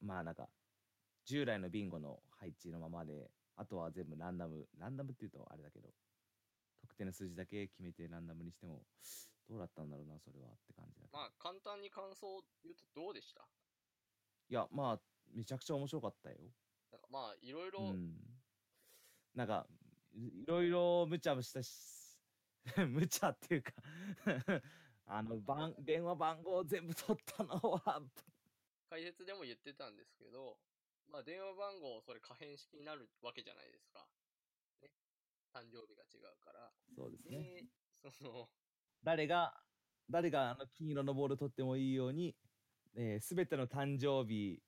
まあなんか、従来のビンゴの配置のままで、あとは全部ランダム、ランダムっていうとあれだけど、特定の数字だけ決めてランダムにしても、どうだったんだろうな、それはって感じだけど。まあ簡単に感想を言うとどうでしたいや、まあ、めちゃくちゃ面白かったよ。なんかまあいろいろ、うん、なんかいいろいろ無茶した し無茶っていうか あの 番電話番号を全部取ったのは解説でも言ってたんですけど、まあ、電話番号、それ可変式になるわけじゃないですか。ね。誕生日が違うから。 そうですねで、その、誰が誰があの金色のボール取ってもいいように、えー、全ての誕生日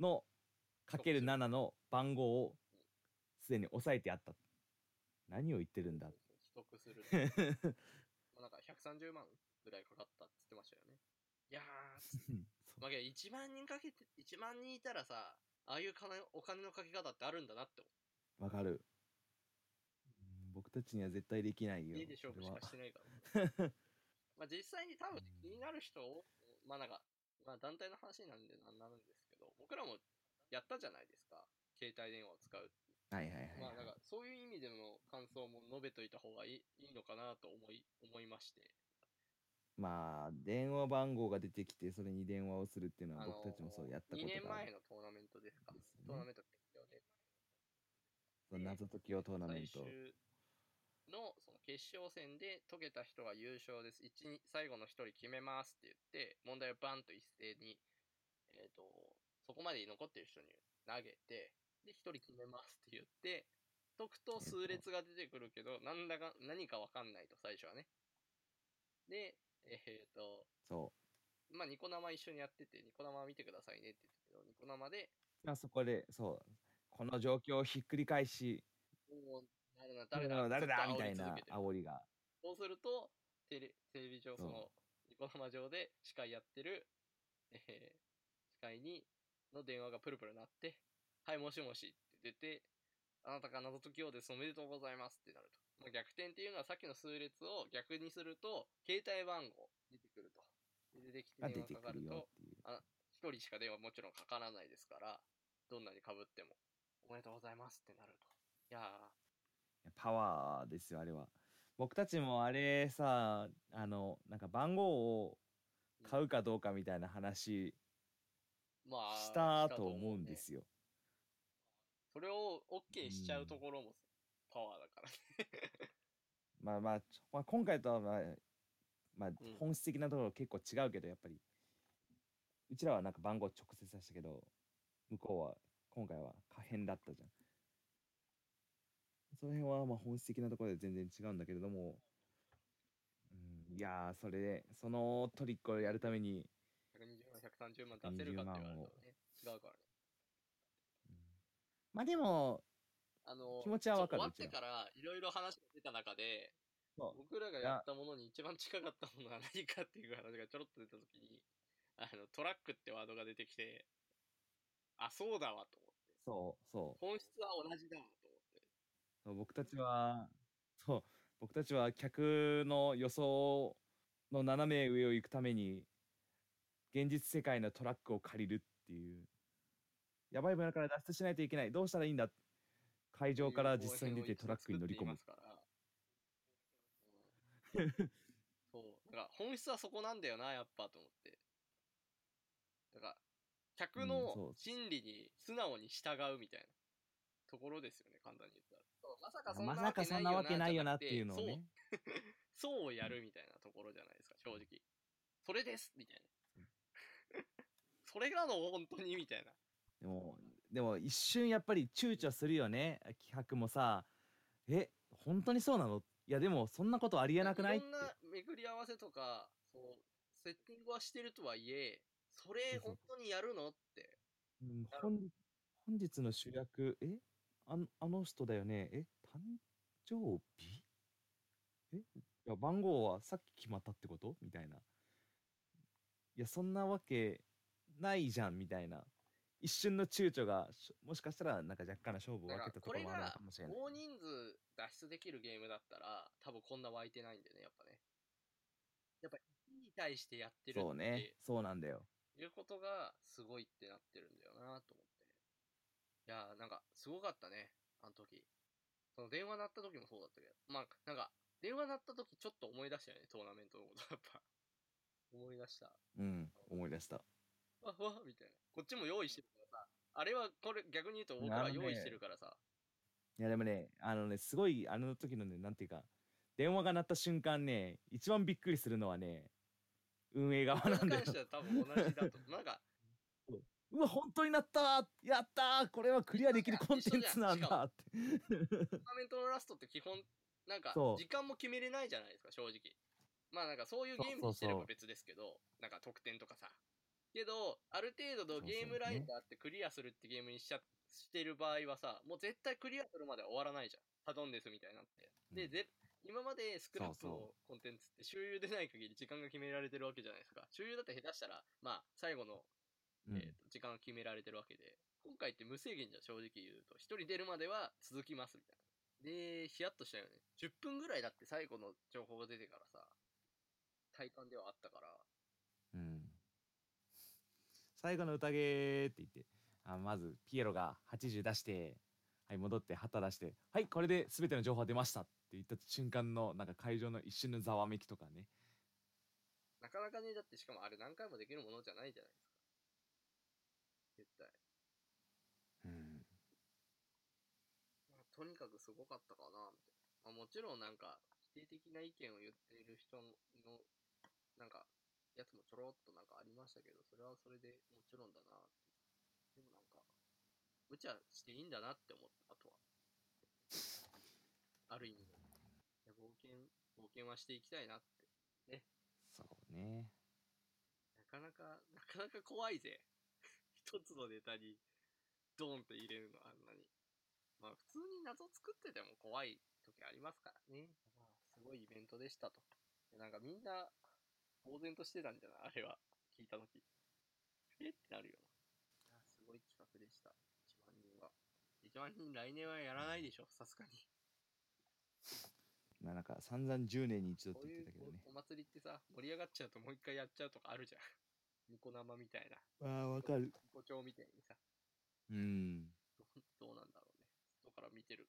のかける7の番号をすでに押さえてあった何を言ってるんだ取得する の。まあなんか130万ぐらいかかったって言ってましたよね。いやー、まあ、けど1万人かけて、1万人いたらさ、ああいう金お金のかけ方ってあるんだなって思わかるうん僕たちには絶対できないよう。家で勝負そしれはかしてないから。 まあ実際に多分気になる人を、まあなんか、まあ団体の話なんでなんなんですけど、僕らもやったじゃないですか。携帯電話を使う。はいはいはい、まあなんか、そういう意味での感想も述べといた方がいいいいのかなと思い、思いまして。まあ電話番号が出てきてそれに電話をするっていうのは僕たちもそうやったこと2年があ前るのトーナメントですか。ですねトーナメントですよね。その謎解きをトーナメント最終のその決勝戦で解けた人が優勝です。一に最後の一人決めますって言って、問題をバンと一斉に、えっ、と、そこまで残ってる人に投げて、で、一人決めますって言って、解くと数列が出てくるけど、なんだか、何かわかんないと、最初はね。で、えっ、と、そまあ、ニコ生一緒にやってて、ニコ生見てくださいねって言ってたけど、ニコ生で、うあそこでそうこの状況をひっくり返しおー誰だ、誰誰だ、だみたいずっとな煽り続けてる煽りがそうすると、テレテレビ上、そそうの、ニコ生上で司会やってる、えー司会に、の電話がプルプル鳴って、はい、もしもしって出て、あなたが謎解きようです、おめでとうございますってなると。まあ、逆転っていうのはさっきの数列を逆にすると、携帯番号出てくると。で出てきてが出電話てかくかるるよとっ、ていう一人しか電話もちろんかからないですから、どんなに被っても、おめでとうございますってなると。いやー、パワーですよあれは僕たちもあれさあのなんか番号を買うかどうかみたいな話まあ、したと思うんですよ。よ、それを OK しちゃうところもパワーだからね。 まあまあ、ちょまあ、今回とは、まあ、まあん、本質的なところ結構違うけど、やっぱり、うちらはなんか番号直接出したけど、向こうは、今回は可変だったじゃん。その辺はまあ本質的なところで全然違うんだけれども、うん、いやー、それで、そのトリックをやるために、 120万130万出せるかって言われるとね、違うからね。まあでも、あの気持ちはわかるそうう終わっちてからいろいろ話が出た中で、そう僕らがやったものに一番近かったものは何かっていう話がちょろっと出た時に、あの、トラックってワードが出てきて、あ、そうだわとそう、そ思って。本質は同じだわと思って。う。僕たちは、そう、僕たちは客の予想の斜め上を行くために、現実世界のトラックを借りるっていう。やばい村から脱出しないといけない。どうしたらいいんだ会場から実際に出てトラックに乗り込む。うんそう。だから本質はそこなんだよな、やっぱと思って。だから、客うんそのう心理に素直に従うみたいなところですよね、簡単に言ったら。そうまさかそんなまさかそんなわけないよなっていうのをじゃねなく。てそう。そうをやるみたいなところじゃないですか、正直。それですみたいな。それがの本当にみたいな。でも、でも一瞬やっぱり躊躇するよね。企画もさ、え、本当にそうなのいやでもそんなことありえなくないいろんな巡り合わせとか、そう、セッティングはしてるとはいえ、それそうそう本当にやるのって。うん本日本日の主役、えあのあの人だよねえ誕生日えいや番号はさっき決まったってことみたいな。いや、そんなわけないじゃんみたいな。一瞬の躊躇が、しもしかしたらなんか若干の勝負を分けたところもあるのかもしれない。大人数脱出できるゲームだったら、多分こんな湧いてないんだよね、やっぱね。やっぱ、1に対してやってるそうっねて、そうなんだよ。いうことがすごいってなってるんだよなと思って。いやー、なんか、すごかったね、あの時。その電話鳴った時もそうだったけど、まあ、なんか、電話鳴った時ちょっと思い出したよね、トーナメントのこと、やっぱ。思い出した。うん、思い出した。わわみたいな。こっちも用意してるからさ。あれは、これ、逆に言うと僕らは用意してるからさ。いやでもね、あのね、すごい、あの時のね、なんていうか、電話が鳴った瞬間ね、一番びっくりするのはね、運営側これなにんだよ関し。ては多分同じだと。なんか、うわ、本当になったやったーこれはクリアできるコンテンツなんだって。トーナメントのラストって基本、なんかそ、う時間も決めれないじゃないですか、正直。まあなんか、そういうゲそうそームうそうにしてれば別ですけど、なんか得点とかさ。けど、あるそう程度のそうねゲームラインがあってクリアするってゲームにしちゃしてる場合はさ、もう絶対クリアするまでは終わらないじゃん。サドンデスみたいになって。うで、んぜ今までスクラップそうそうのコンテンツって周遊でない限り時間が決められてるわけじゃないですか。周遊だって下手したら、まあ、最後のうんえーと時間が決められてるわけで、今回って無制限じゃん正直言うと、一人出るまでは続きますみたいな。で、ヒヤッとしたよね。10分ぐらいだって最後の情報が出てからさ、体感ではあったから、うん最後の宴って言ってあまずピエロが80出してはい戻って旗出してはいこれで全ての情報が出ましたって言った瞬間のなんか会場の一瞬のざわめきとかねなかなかね、だってしかもあれ何回もできるものじゃないじゃないですか。絶対。うんまあとにかくすごかったかな、みたいな。まあ、もちろんなんか、否定的な意見を言っている人の、なんか、やつもちょろっとなんかありましたけど、それはそれでもちろんだな、でもなんか、無茶していいんだなって思った、あとは。ある意味で。いや冒険、冒険はしていきたいなって。そうねなかなか、なかなか怖いぜ。 一つのネタに、ドーンって入れるの、あんなに。まあ、普通に謎作ってても怖い時ありますからね。まあ、すごいイベントでしたと。でなんかみんな、呆然としてたんじゃないあれは、聞いた時。えってなるよな。いやすごい企画でした。1万人は。1万人来年はやらないでしょ、さすがに。まあなんか散々10年に一度ってこう言っいうてたけどねおお祭りってさ、盛り上がっちゃうともう一回やっちゃうとかあるじゃん。ニコ生みたいな。ああわかるニコ帳みたいにさ。うん どうなんだろうね。外から見てる。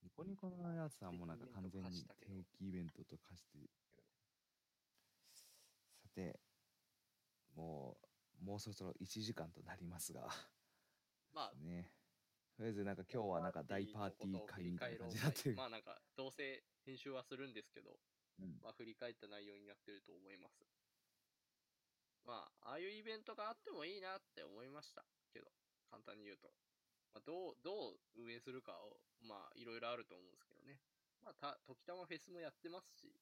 ニコニコのやつはもうなんか完全に定期イベントと化してさてもうもうそろそろ1時間となりますがまあ、ね。とりあえずなんか今日はなんか大パーティー会みたいな感じになってる。まあなんか、どうせ編集はするんですけど、うんまあ振り返った内容になってると思います。まあ、ああいうイベントがあってもいいなって思いましたけど、簡単に言うと。まあ、どう、どう運営するかを、まあ、いろいろあると思うんですけどね。まあ、た、時たまフェスもやってますし、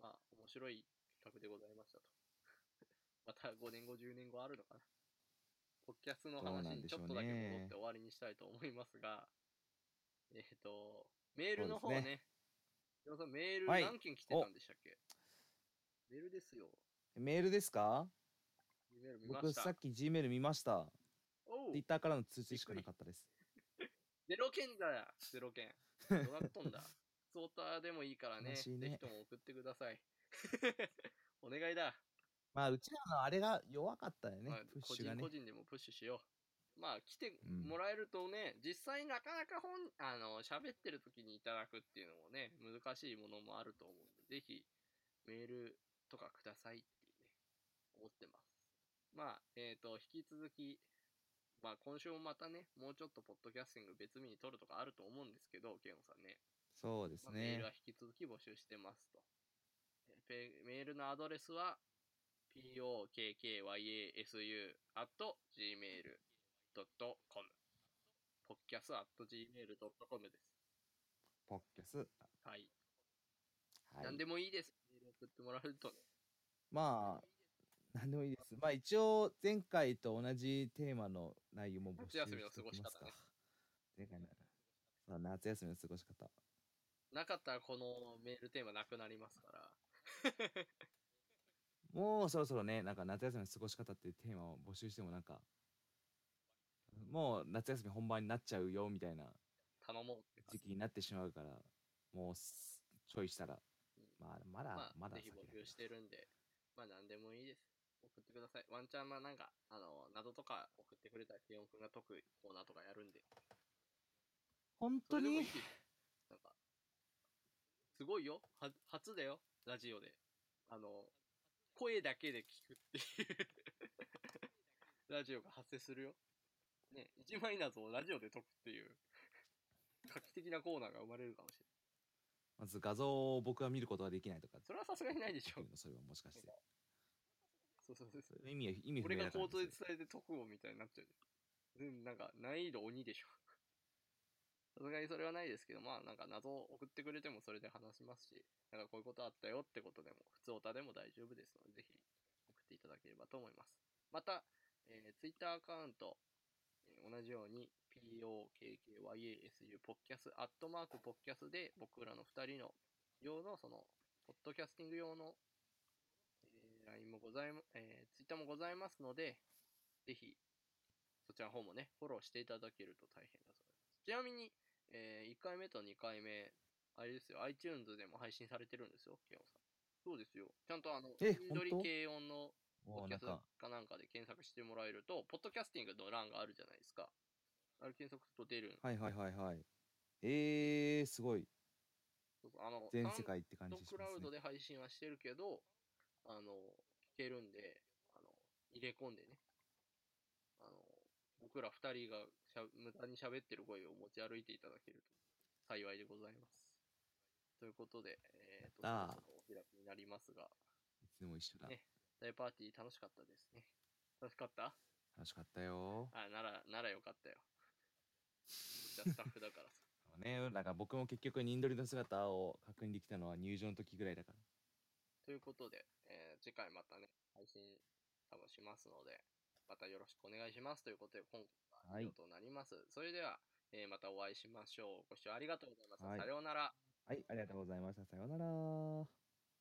まあ、面白い企画でございましたと。 また5年後、10年後あるのかな。ポッキャスのどうな話んにでちしょょっうねとだけ戻って終わりにしたいと思いますが、えっ、と、メールの方そうでねす、山田さんメールはい何件来てたんでしたっけ、メールですよ。メールですかメール見ま僕した。さっき G メール見ました。おう Twitter からの通知しかなかったです。ゼロ件だよ、ゼロ件。どう なっとんだ。ソーターでもいいからね、悲ぜしいねひとも送ってください。 お願いだ。まあ、うちらのあれが弱かったよねまあ、プッ個シュ人がね個。人でもプッシュしよう。まあ、来てうんもらえるとね、実際なかなか本、あの、喋ってる時にいただくっていうのもね、難しいものもあると思うんで、ぜひ、メールとかくださいってね、思ってます。まあ、えっ、と、引き続き、まあ、今週もまたね、もうちょっとポッドキャスティング別日に撮るとかあると思うんですけど、ケイモさんね。そうですまあメーねル。は引き続き募集してますと。えペメールのアドレスは pokkyasuU.gmail.com ポッキャス .gmail.com です。ポッキャス。はい。はい何でもいいです。メール送ってもらえるとね。まあ、なんでもいいです。まあ、一応、前回と同じテーマの内容も募集しておきますか夏休み前の過ごし方ね回のそう夏休みの過ごし方。なかったらこのメールテーマなくなりますから。もうそろそろね、なんか夏休みの過ごし方っていうテーマを募集してもなんか、もう夏休み本番になっちゃうよみたいな頼もうって感時期じになってしまうから、もうすちょいしたら、まあ、まだ、まあ、まだぜひ募集してるんで、まあ何でもいいです。送ってください。ワンチャンはなんか、あの、謎とか送ってくれたら、ケイオン君が解くコーナーとかやるんで。本そ当れでもいいにですなんか、すごいよ。は初だよ。ラジオで。あの、声だけで聞くっていう。ラジオが発生するよ。ね、一枚謎をラジオで解くっていう。画期的なコーナーが生まれるかもしれまない。ず画像を僕は見ることはできないとか、それはさすがにないでしょそういう。のそれはもしかして。そうそうそうそう。意味は意味不俺明がだからね口頭で伝えて解くをみたいになっちゃうじゃん。うん、なんか難易度鬼でしょ。 さすがにそれはないですけど、まあなんか謎を送ってくれてもそれで話しますし、なんかこういうことあったよってことでも、普通オタでも大丈夫ですので、ぜひ送っていただければと思います。また、えー、Twitter アカウント、えー同じように POKKYASU ポッキャスアットマークポッキャスで僕らの2人の用のその、ポッドキャスティング用のえー LINE もございま、えー Twitter もございますので、ぜひ、そちらの方もね、フォローしていただけると大変だそうです。ちなみに、え1回目と2回目、あれですよ、iTunes でも配信されてるんですよ、ケイオンさん。そうですよ。ちゃんとあの、え緑本当軽音のポもッうキなャんスか、かなんかで検索してもらえると、ポッドキャスティングの欄があるじゃないですか。あれ検索すると出るんですはいはいはいはい。えー、すごい。あの、全世界って感ドじしクまラウすドね。で配信はしてるけど、あの、聞けるんで、あの、入れ込んでね、あの、僕ら二人がしゃ無駄に喋ってる声を持ち歩いていただけると幸いでございます。ということで、えーと、やったーそろそろお開きになりますが、いつでも一緒だ。ね大パーティー楽しかったですね。楽しかった楽しかったよ。あ、なら、ならよかったよ。じゃスタッフだからさ。ね、なんか僕も結局、ニンドリの姿を確認できたのは入場の時ぐらいだから。ということで、えー次回またね、配信多分しますので、またよろしくお願いしますということで、今回ははい以上となります。それでは、えーまたお会いしましょう。ご視聴ありがとうございました。はいさようなら。はい、ありがとうございました。さようなら。